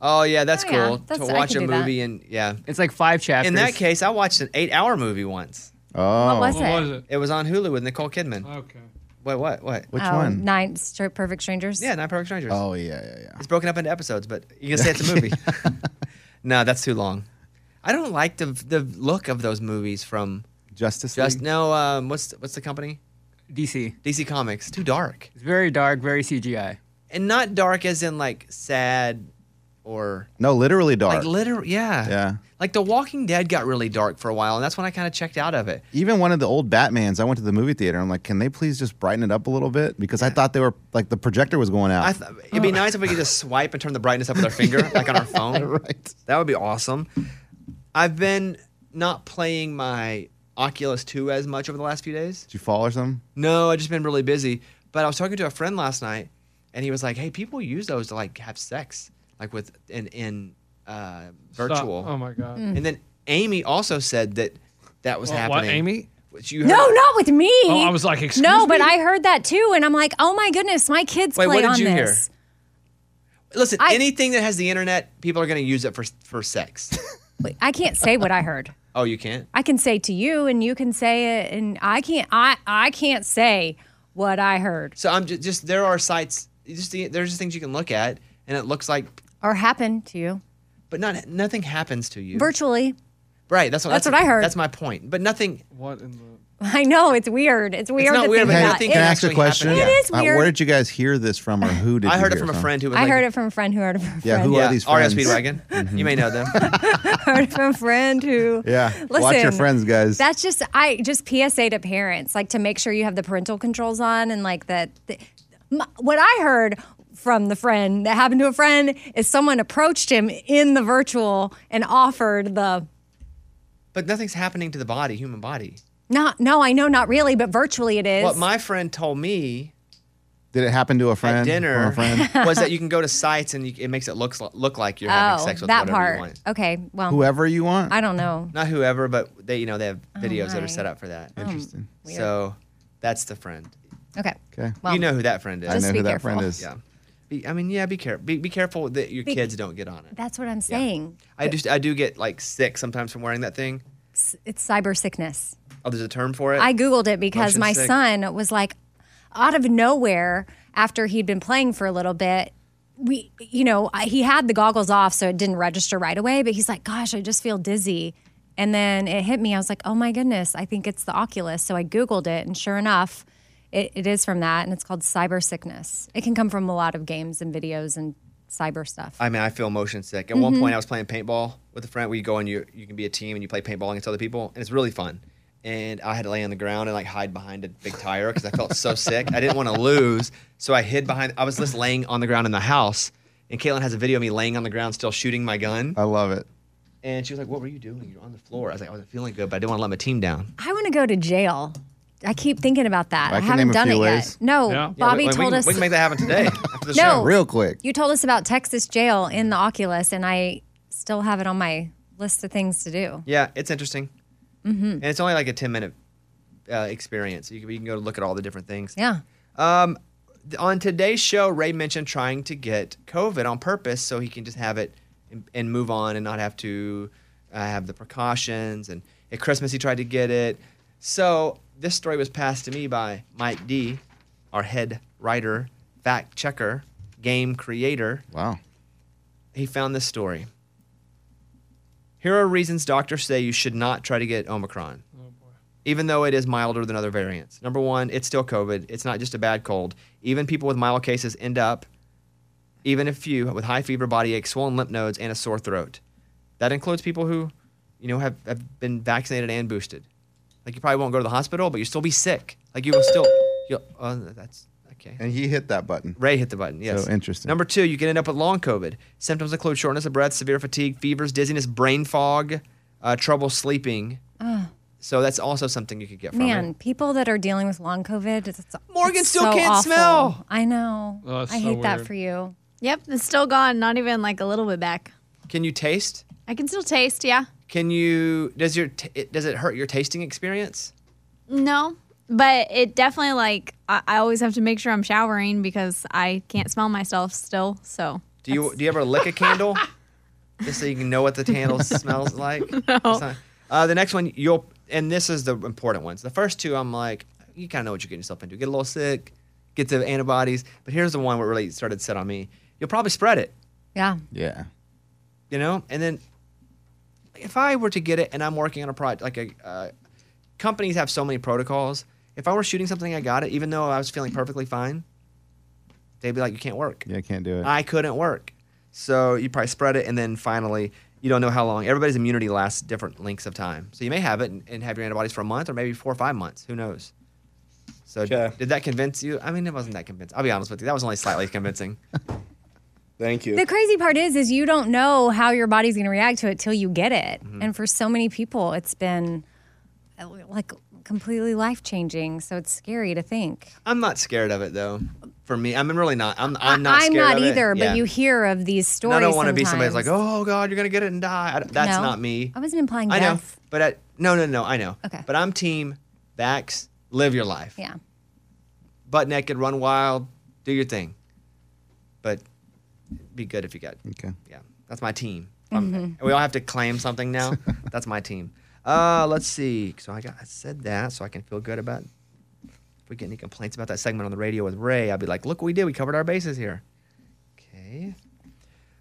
Speaker 2: Oh yeah, that's
Speaker 3: Oh, yeah.
Speaker 2: cool
Speaker 3: That's-
Speaker 2: to
Speaker 3: I
Speaker 2: watch a
Speaker 3: can do that.
Speaker 2: movie and yeah.
Speaker 10: It's like five chapters.
Speaker 2: In that case, I watched an eight-hour movie once.
Speaker 4: oh
Speaker 3: What was
Speaker 5: what was
Speaker 3: it?
Speaker 5: it?
Speaker 2: It was on Hulu with Nicole Kidman.
Speaker 5: Okay.
Speaker 2: Wait, what? What?
Speaker 4: which
Speaker 3: Oh,
Speaker 4: one?
Speaker 3: Nine Str- Perfect Strangers.
Speaker 2: Yeah, Nine Perfect Strangers.
Speaker 4: Oh yeah yeah yeah
Speaker 2: It's broken up into episodes, but you can say it's a movie. no, that's too long. I don't like the the look of those movies from
Speaker 4: Justice
Speaker 2: just
Speaker 4: League
Speaker 2: no. Um, what's what's the company?
Speaker 10: DC.
Speaker 2: DC Comics. Too dark,
Speaker 10: It's very dark, very CGI.
Speaker 2: and not dark as in like sad or
Speaker 4: no literally dark
Speaker 2: like literal. Yeah,
Speaker 4: Yeah.
Speaker 2: Like The Walking Dead got really dark for a while, and that's when I kind of checked out of it.
Speaker 4: even one of the old Batmans, I went to the movie theater. I'm like, can they please just brighten it up a little bit? Because I thought they were like the projector was going out.
Speaker 2: I th- it'd be nice if we could just swipe and turn the brightness up with our finger, like on our phone.
Speaker 4: right.
Speaker 2: That would be awesome. I've been not playing my Oculus 2 as much over the last few days.
Speaker 4: Did you fall or something?
Speaker 2: No, I've just been really busy. But I was talking to a friend last night, and he was like, "Hey, people use those to like have sex, like with in in uh,
Speaker 5: Stop.
Speaker 2: virtual."
Speaker 5: Oh my god.
Speaker 3: Mm.
Speaker 2: And then Amy also said that that was
Speaker 5: Well,
Speaker 2: happening.
Speaker 5: what, Amy?
Speaker 2: Which you
Speaker 3: No,
Speaker 2: heard-
Speaker 3: not with me.
Speaker 5: Oh, I was like, excuse
Speaker 3: no,
Speaker 5: me?
Speaker 3: but I heard that too, and I'm like, oh my goodness, my kids
Speaker 2: Wait, what
Speaker 3: play
Speaker 2: did
Speaker 3: on
Speaker 2: you hear?
Speaker 3: this.
Speaker 2: Listen,
Speaker 3: I-
Speaker 2: anything that has the internet, people are going to use it for for sex.
Speaker 3: Wait, I can't say what I heard.
Speaker 2: oh, you can't.
Speaker 3: I can say to you, and you can say it, and I can't. I I can't say what I heard
Speaker 2: So I'm just, just there are sites. Just the, there's just things you can look at, and it looks like,
Speaker 3: or happened to you
Speaker 2: but not nothing happens to you.
Speaker 3: virtually.
Speaker 2: right. That's what.
Speaker 3: That's what I heard.
Speaker 2: That's my point. But nothing.
Speaker 5: What in the?
Speaker 3: I know it's weird. It's weird.
Speaker 2: not
Speaker 3: to
Speaker 2: weird,
Speaker 3: think
Speaker 2: but
Speaker 3: about.
Speaker 2: I think
Speaker 3: It-
Speaker 4: Can I
Speaker 2: it
Speaker 4: ask a
Speaker 2: actually
Speaker 4: question?
Speaker 2: happened.
Speaker 3: It is
Speaker 4: Uh, where
Speaker 3: weird.
Speaker 4: did you guys hear this from, or who did
Speaker 2: I
Speaker 4: you
Speaker 2: heard it
Speaker 4: hear
Speaker 2: from a friend who was
Speaker 3: I
Speaker 2: like,
Speaker 3: heard it from a friend who heard it from a friend.
Speaker 4: Yeah, who
Speaker 2: Yeah,
Speaker 4: are these
Speaker 2: RS
Speaker 4: friends? Mm-hmm.
Speaker 2: Speedwagon. You may know them.
Speaker 3: heard it from a friend who.
Speaker 4: Yeah,
Speaker 3: Listen,
Speaker 4: watch your friends, guys.
Speaker 3: That's just I just PSA to parents like to make sure you have the parental controls on and like that. The, my, what I heard from the friend that happened to a friend is someone approached him in the virtual and offered the
Speaker 2: But nothing's happening to the body, human body.
Speaker 3: not no I know not really but virtually it is
Speaker 2: What my friend told me
Speaker 4: Did it happen to a friend?
Speaker 2: at
Speaker 4: Or
Speaker 2: dinner
Speaker 4: a friend?
Speaker 2: was that you can go to sites and you, it makes it look look like you're having
Speaker 3: oh
Speaker 2: sex with
Speaker 3: that
Speaker 2: whatever
Speaker 3: part
Speaker 2: you want.
Speaker 3: okay well
Speaker 4: Whoever you want.
Speaker 3: I don't know
Speaker 2: Not whoever, but they you know they have videos that
Speaker 3: Oh my. Oh,
Speaker 2: are set up for that.
Speaker 4: Interesting.
Speaker 3: weird. Um,
Speaker 2: So that's the friend.
Speaker 3: okay
Speaker 4: Okay.
Speaker 3: Well,
Speaker 2: you know who that friend is.
Speaker 4: I know
Speaker 3: be
Speaker 4: who that friend
Speaker 3: careful.
Speaker 4: is.
Speaker 2: Yeah. Be, I mean, yeah. Be careful. Be, be careful that your
Speaker 3: Be-
Speaker 2: kids don't get on it.
Speaker 3: that's what I'm saying
Speaker 2: I just I do get like sick sometimes from wearing that thing.
Speaker 3: it's, it's cyber sickness
Speaker 2: Oh, there's a term for it.
Speaker 3: I Googled it because
Speaker 2: Motion
Speaker 3: my
Speaker 2: sick.
Speaker 3: son was like, out of nowhere, after he'd been playing for a little bit, we, you know, I, he had the goggles off, so it didn't register right away, but he's like, gosh, I just feel dizzy. And then it hit me. I was like, oh my goodness, I think it's the Oculus. So I Googled it, and sure enough, it, it is from that, and it's called cyber sickness. It can come from a lot of games and videos and cyber stuff.
Speaker 2: I mean, I feel motion sick. At
Speaker 3: Mm-hmm.
Speaker 2: one point, I was playing paintball with a friend. where you go and you you can be a team and you play paintball against other people, and it's really fun. And I had to lay on the ground and like hide behind a big tire because I felt so sick. I didn't want to lose, so I hid behind. I was just laying on the ground in the house, and Caitlin has a video of me laying on the ground still shooting my gun.
Speaker 4: I love it.
Speaker 2: And she was like, "What were you doing? You're on the floor." I was like, "I wasn't feeling good, but I didn't want to let my team down."
Speaker 3: I want to go to jail. I keep thinking about that.
Speaker 4: I
Speaker 3: I,
Speaker 4: can
Speaker 3: haven't
Speaker 4: name a
Speaker 3: done
Speaker 4: few
Speaker 3: it
Speaker 4: ways.
Speaker 3: yet. No,
Speaker 5: Yeah. Yeah, we-
Speaker 3: Bobby
Speaker 2: Like, we
Speaker 3: told
Speaker 2: can-
Speaker 3: us
Speaker 2: we can make that happen today after the
Speaker 3: No.
Speaker 2: show.
Speaker 4: Real quick.
Speaker 3: Oh. You told us about Texas jail in the Oculus, and I still have it on my list of things to do.
Speaker 2: Yeah, it's interesting. Mm-hmm. And it's only like a 10 minute uh, experience. You can, you can go look at all the different things.
Speaker 3: Yeah.
Speaker 2: Um, th- on today's show, Ray mentioned trying to get COVID on purpose so he can just have it and, and move on and not have to uh, have the precautions. And at Christmas, he tried to get it. So this story was passed to me by Mike D, our head writer, fact checker, game creator
Speaker 4: Wow.
Speaker 2: he found this story. Here are reasons doctors say you should not try to get Omicron, even though it is milder than other variants. Number one, it's still COVID. It's not just a bad cold. Even people with mild cases end up, even a few with high fever, body ache, swollen lymph nodes, and a sore throat. That includes people who, you know, have, have been vaccinated and boosted. Like you probably won't go to the hospital, but you'll still be sick. Like you will still. You'll, oh, that's okay.
Speaker 4: And he hit that button.
Speaker 2: Ray hit the button. Yes.
Speaker 4: So interesting.
Speaker 2: Number two, you can end up with long COVID. Symptoms include shortness of breath, severe fatigue, fevers, dizziness, brain fog, uh, trouble sleeping. So that's also something you could get from
Speaker 3: Man,
Speaker 2: it.
Speaker 3: people that are dealing with long COVID, it's, it's-
Speaker 2: Morgan
Speaker 3: it's
Speaker 2: still
Speaker 3: so
Speaker 2: can't
Speaker 3: awful.
Speaker 2: smell.
Speaker 3: I know.
Speaker 5: Oh, that's
Speaker 3: I
Speaker 5: so
Speaker 3: hate that
Speaker 5: weird.
Speaker 3: for you.
Speaker 7: Yep, it's still gone. Not even like a little bit back.
Speaker 2: Can you taste?
Speaker 7: I can still taste. Yeah,
Speaker 2: Can you? Does your t- it, does it hurt your tasting experience?
Speaker 7: no, but it definitely like I, I always have to make sure I'm showering because I can't smell myself still. So
Speaker 2: Do you do you ever lick a candle just so you can know what the candle smells like? It's not- Uh, the next one you'll and this is the important ones. The first two I'm like you kind of know what you're getting yourself into. Get a little sick, get the antibodies. But here's the one where really started set on me. You'll probably spread it,
Speaker 3: Yeah.
Speaker 4: Yeah.
Speaker 2: you know. And then if I were to get it and I'm working on a project, like a uh, companies have so many protocols. If I were shooting something, I got it, even though I was feeling perfectly fine. They'd be like, you can't work.
Speaker 4: Yeah, I can't do it.
Speaker 2: I couldn't work. So you probably spread it, and then finally, you don't know how long. Everybody's immunity lasts different lengths of time. So you may have it and, and have your antibodies for a month, or maybe four or five months. Who knows? So
Speaker 11: Okay.
Speaker 2: did that convince you? I mean, it wasn't that convincing. I'll be honest with you. That was only slightly convincing.
Speaker 11: Thank you.
Speaker 3: The crazy part is, is you don't know how your body's going to react to it till you get it.
Speaker 5: Mm-hmm.
Speaker 3: And for so many people, it's been uh, like completely life changing. So it's scary to think.
Speaker 2: I'm not scared of it though. For me, I'm really not. I'm, I'm not.
Speaker 3: I'm
Speaker 2: scared
Speaker 3: not
Speaker 2: of it.
Speaker 3: either,
Speaker 2: Yeah.
Speaker 3: but you hear of these
Speaker 2: And
Speaker 3: stories.
Speaker 2: I don't want to be somebody that's like,
Speaker 3: sometimes.
Speaker 2: oh God, you're gonna get it and die. I don't- that's
Speaker 3: No.
Speaker 2: not me.
Speaker 3: I wasn't implying
Speaker 2: I know,
Speaker 3: death.
Speaker 2: but I, no, no, no. I know.
Speaker 3: Okay.
Speaker 2: But I'm team backs. Live your life.
Speaker 3: Yeah.
Speaker 2: butt naked, run wild, do your thing. But be good if you got.
Speaker 4: Okay.
Speaker 2: Yeah, that's my team. Um,
Speaker 3: Mm-hmm.
Speaker 2: We all have to claim something now. that's my team. Uh, let's see. So I got I said that, so I can feel good about. If we get any complaints about that segment on the radio with Ray, I'd be like, look what we did. We covered our bases here. Okay.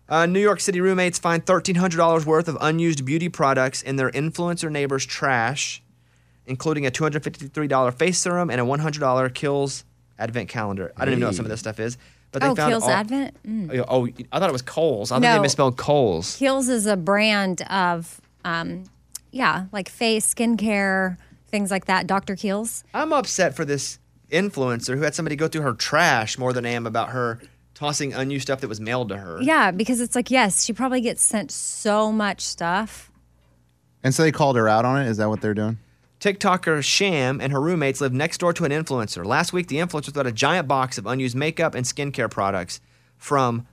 Speaker 2: Uh, New York City roommates find $1,300 worth of unused beauty products in their influencer neighbor's trash, including a $253 face serum and a $100 Kills Advent calendar. I don't even know what some of this stuff is, but they
Speaker 3: Oh,
Speaker 2: found
Speaker 3: Kiehl's
Speaker 2: all-
Speaker 3: Advent? Mm.
Speaker 2: Oh, yeah, Oh, I thought it was Coles. I thought
Speaker 3: No.
Speaker 2: they misspelled Coles.
Speaker 3: Kiehl's is a brand of, um, yeah, like face, skincare, things like that. Dr. Kiehl's.
Speaker 2: I'm upset for this influencer who had somebody go through her trash more than I am about her tossing unused stuff that was mailed to her.
Speaker 3: Yeah, because it's like, yes, she probably gets sent so much stuff.
Speaker 4: And so they called her out on it. Is that what they're doing?
Speaker 2: TikToker Sham and her roommates live next door to an influencer. Last week, the influencer got a giant box of unused makeup and skincare products from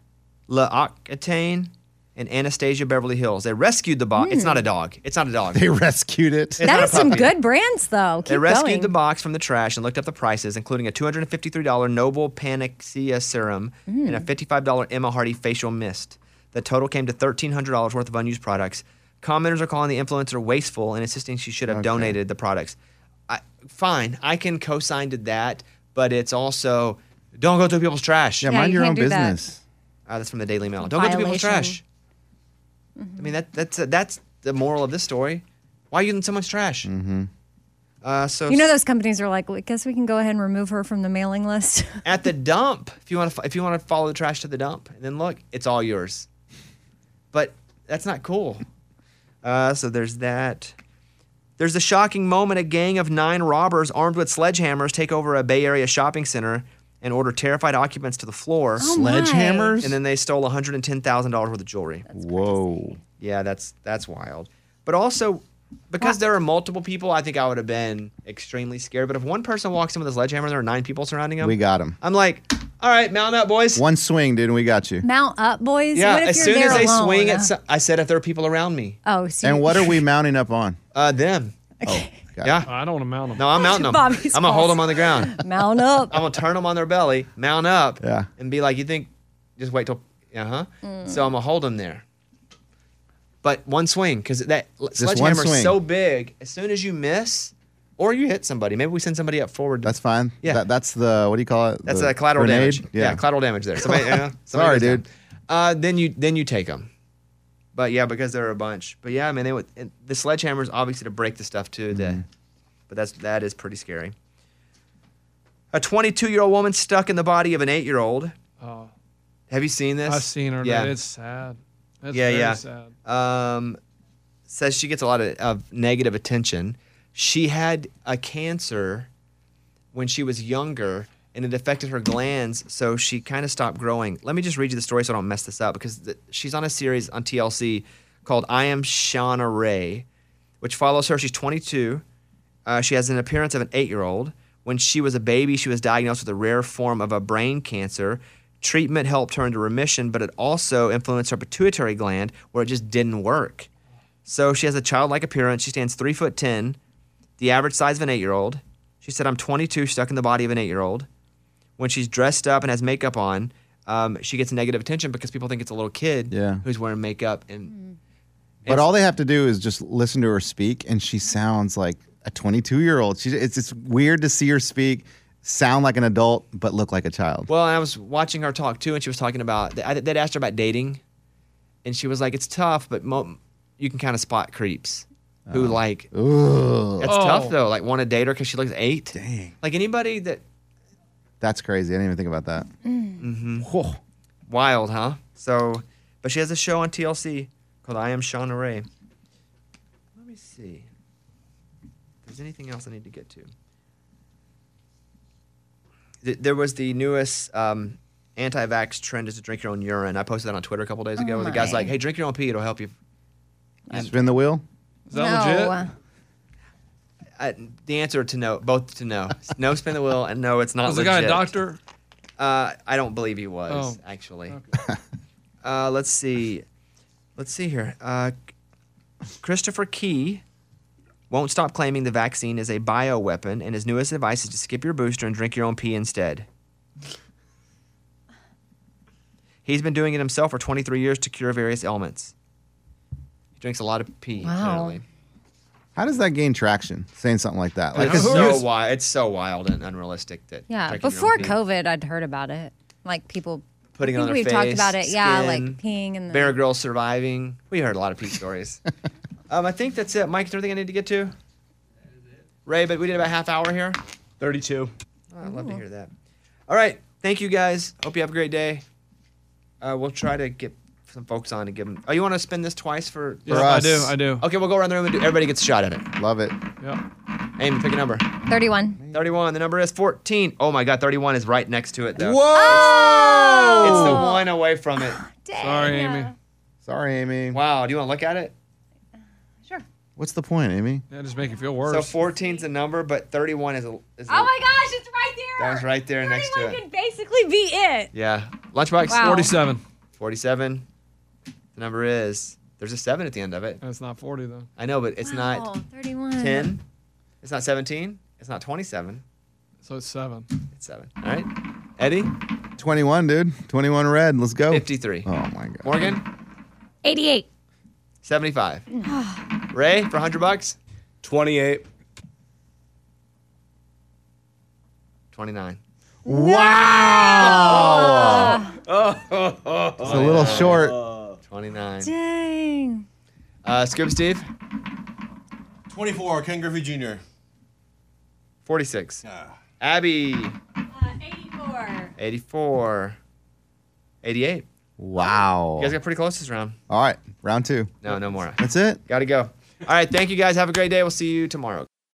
Speaker 2: La Octane and Anastasia Beverly Hills. They rescued the box. It's
Speaker 3: Mm.
Speaker 2: not a dog. It's not a dog.
Speaker 4: They rescued it.
Speaker 2: It's not
Speaker 3: that
Speaker 2: a
Speaker 3: is some
Speaker 2: puppy.
Speaker 3: good brands, though. Keep
Speaker 2: they rescued
Speaker 3: going.
Speaker 2: the box from the trash and looked up the prices, including a $253 Noble Panacea serum
Speaker 3: Mm.
Speaker 2: and a $55 Emma Hardy facial mist. The total came to $1,300 worth of unused products. Commenters are calling the influencer wasteful and insisting she should have donated the products. I, fine, I can co sign to that, but it's also don't go through people's trash.
Speaker 4: Yeah, Yeah, mind you your can't own do that. business.
Speaker 2: Uh, that's from the Daily Mail. Don't go through people's trash.
Speaker 4: Violation.
Speaker 2: I mean, that, that's, that's the moral of this story. Why are you in someone's trash? Mm-hmm. Uh, so
Speaker 3: you know, those companies are like, well, I guess we can go ahead and remove her from the mailing list.
Speaker 2: at the dump if you want to if you want to follow the trash to the dump and then look it's all yours but that's not cool uh, so there's that there's a shocking moment a gang of nine robbers armed with sledgehammers take over a bay area shopping center and order terrified occupants to the floor
Speaker 4: Oh my. Sledgehammers?
Speaker 2: and then they stole $110000 worth of jewelry
Speaker 4: Whoa.
Speaker 2: yeah that's that's wild but also because there are multiple people i think i would have been extremely scared but if one person walks in with a sledgehammer and there are nine people surrounding him
Speaker 4: We got him.
Speaker 2: I'm like, all right, mount up, boys.
Speaker 4: One swing, dude, and we got you.
Speaker 3: Mount up, boys.
Speaker 2: yeah,
Speaker 3: what if
Speaker 2: as
Speaker 3: you're
Speaker 2: soon
Speaker 3: there
Speaker 2: as they
Speaker 3: alone? Uh,
Speaker 2: swing at, so- I said if there are people around me.
Speaker 3: Oh, so
Speaker 4: And
Speaker 3: you-
Speaker 4: what are we mounting up on?
Speaker 2: Uh, them.
Speaker 4: Oh,
Speaker 2: yeah. I don't want to mount them. No, I'm mounting them.
Speaker 3: Bobby's
Speaker 2: I'm gonna hold
Speaker 3: balls.
Speaker 2: them on the ground.
Speaker 3: Mount up.
Speaker 2: I'm gonna turn them on their belly, mount up,
Speaker 4: yeah,
Speaker 2: and be like, you think? Just wait till, uh huh.
Speaker 3: Mm.
Speaker 2: So I'm gonna hold them there. But one swing, because that l-
Speaker 4: Just one
Speaker 2: sledgehammer is
Speaker 4: swing.
Speaker 2: so big. As soon as you miss, or you hit somebody, maybe we send somebody up forward.
Speaker 4: That's fine.
Speaker 2: Yeah.
Speaker 4: That, that's the, what do you call it?
Speaker 2: That's
Speaker 4: The
Speaker 2: a collateral
Speaker 4: grenade?
Speaker 2: damage. Yeah. collateral damage there. Somebody, yeah,
Speaker 4: Sorry,
Speaker 2: somebody goes
Speaker 4: dude.
Speaker 2: down. Uh, then you then you take them. But yeah, because there are a bunch. But yeah, I mean, they would, and the sledgehammer is obviously to break the stuff too. That,
Speaker 4: Mm-hmm.
Speaker 2: but that's that is pretty scary. A 22 year old woman stuck in the body of an eight year old.
Speaker 5: Oh,
Speaker 2: Have you seen this?
Speaker 5: I've seen her. Yeah. It's sad. It's
Speaker 2: yeah,
Speaker 5: very
Speaker 2: yeah.
Speaker 5: sad.
Speaker 2: Um, says she gets a lot of, of negative attention. She had a cancer when she was younger, and it affected her glands, so she kind of stopped growing. Let me just read you the story so I don't mess this up because th- she's on a series on TLC called "I Am Shauna Ray," which follows her. She's 22. Uh, she has an appearance of an eight-year-old. When she was a baby, she was diagnosed with a rare form of a brain cancer. Treatment helped her into remission, but it also influenced her pituitary gland, where it just didn't work. So she has a childlike appearance. She stands three foot ten, the average size of an eight-year-old. She said, "I'm 22, stuck in the body of an eight-year-old." When she's dressed up and has makeup on, um, she gets negative attention because people think it's a little kid
Speaker 4: Yeah.
Speaker 2: who's wearing makeup. And
Speaker 4: But all they have to do is just listen to her speak, and she sounds like a 22 year old. She it's it's weird to see her speak, sound like an adult, but look like a child.
Speaker 2: Well, and I was watching her talk too, and she was talking about I- they'd asked her about dating, and she was like, "It's tough, but mo- you can kind of spot creeps who like that's
Speaker 4: Oh.
Speaker 2: tough though, like want to date her because she looks eight. Dang, like anybody that
Speaker 4: That's crazy. I didn't even think about that.
Speaker 2: Mm-hmm. Wild, huh? So, but she has a show on TLC called I Am Shauna Ray. Let me see. If there's anything else I need to get to. Th- there was the newest um, anti vax trend is to drink your own urine. I posted that on Twitter a couple days ago.
Speaker 4: Oh
Speaker 2: where the guy's
Speaker 4: my.
Speaker 2: like, hey, drink your own pee, it'll help you. Mm.
Speaker 4: Spin the wheel.
Speaker 2: Is that No. legit? I, the answer to no, both to no. No spin the wheel, and no, it's not
Speaker 5: Was the
Speaker 2: legit.
Speaker 5: guy a doctor?
Speaker 2: Uh, I don't believe he was
Speaker 5: Oh,
Speaker 2: actually. uh, let's see. Let's see here. Uh, Christopher Key won't stop claiming the vaccine is a bioweapon, and his newest advice is to skip your booster and drink your own pee instead. He's been doing it himself for 23 years to cure various ailments. He drinks a lot of pee. Apparently.
Speaker 4: How does that gain traction? Saying something like that. Like
Speaker 2: it's
Speaker 4: it's
Speaker 2: so wild. It's so wild and unrealistic that
Speaker 3: Yeah,
Speaker 2: drinking your
Speaker 3: before
Speaker 2: own pee-
Speaker 3: COVID, I'd heard about it. Like people
Speaker 2: putting it
Speaker 3: I
Speaker 2: on
Speaker 3: think
Speaker 2: their
Speaker 3: we've
Speaker 2: face.
Speaker 3: talked about it. Yeah, like
Speaker 2: skin,
Speaker 3: peeing and the
Speaker 2: Bear Grylls surviving. We heard a lot of pee stories. um, I think that's it. Mike, is there anything I need to get to? Ray, but we did about half hour here. Thirty-two. Oh, I'd love to
Speaker 1: Ooh.
Speaker 2: hear that. All right, thank you guys. Hope you have a great day. Uh, we'll try to get some folks on and give them. Oh, you want to spin this twice for?
Speaker 5: Yes, For I us. do, I do.
Speaker 2: Okay, we'll go around the room and do. Everybody gets a shot at it.
Speaker 4: Love it.
Speaker 5: Yeah.
Speaker 2: Aim, pick a number.
Speaker 3: 31.
Speaker 2: 31. The number is 14. Oh my God, 31 is right next to it, though.
Speaker 3: Whoa!
Speaker 2: It's
Speaker 3: Oh!
Speaker 2: away from it.
Speaker 3: Sorry, Amy.
Speaker 4: Sorry, Amy.
Speaker 2: Wow, do you want to look at it?
Speaker 4: What's the point, Amy?
Speaker 2: That just make you feel worse. So 14's a number, but 31 is a. Is a
Speaker 3: Oh my gosh, it's right there.
Speaker 2: that was right there next to it.
Speaker 3: Could basically be it.
Speaker 2: Yeah. Lunchbox
Speaker 3: Wow.
Speaker 5: 47.
Speaker 2: 47. The number is. There's a 7 at the end of it.
Speaker 5: That's not 40, though.
Speaker 2: I know, but it's
Speaker 3: Wow,
Speaker 2: not
Speaker 3: 31.
Speaker 2: 10. It's not 17. It's not 27.
Speaker 5: So it's 7.
Speaker 2: It's 7. All right. Eddie?
Speaker 4: 21, dude. 21 red. Let's go.
Speaker 2: 53.
Speaker 4: Oh, my God.
Speaker 2: Morgan?
Speaker 7: 88.
Speaker 2: 75. Ray, for 100 bucks?
Speaker 11: 28.
Speaker 2: 29.
Speaker 4: Wow.
Speaker 2: Oh,
Speaker 4: It's a little short.
Speaker 2: Uh, 29.
Speaker 3: Dang.
Speaker 2: Uh, Scrib Steve?
Speaker 6: 24, Ken Griffey Jr.
Speaker 2: 46. Abby?
Speaker 7: 84.
Speaker 2: 84. 88.
Speaker 4: Wow.
Speaker 2: You guys got pretty close this round.
Speaker 4: All right, round two.
Speaker 2: No, no more.
Speaker 4: That's it.
Speaker 2: Gotta go. All right. Thank you guys. Have a great day. We'll see you tomorrow.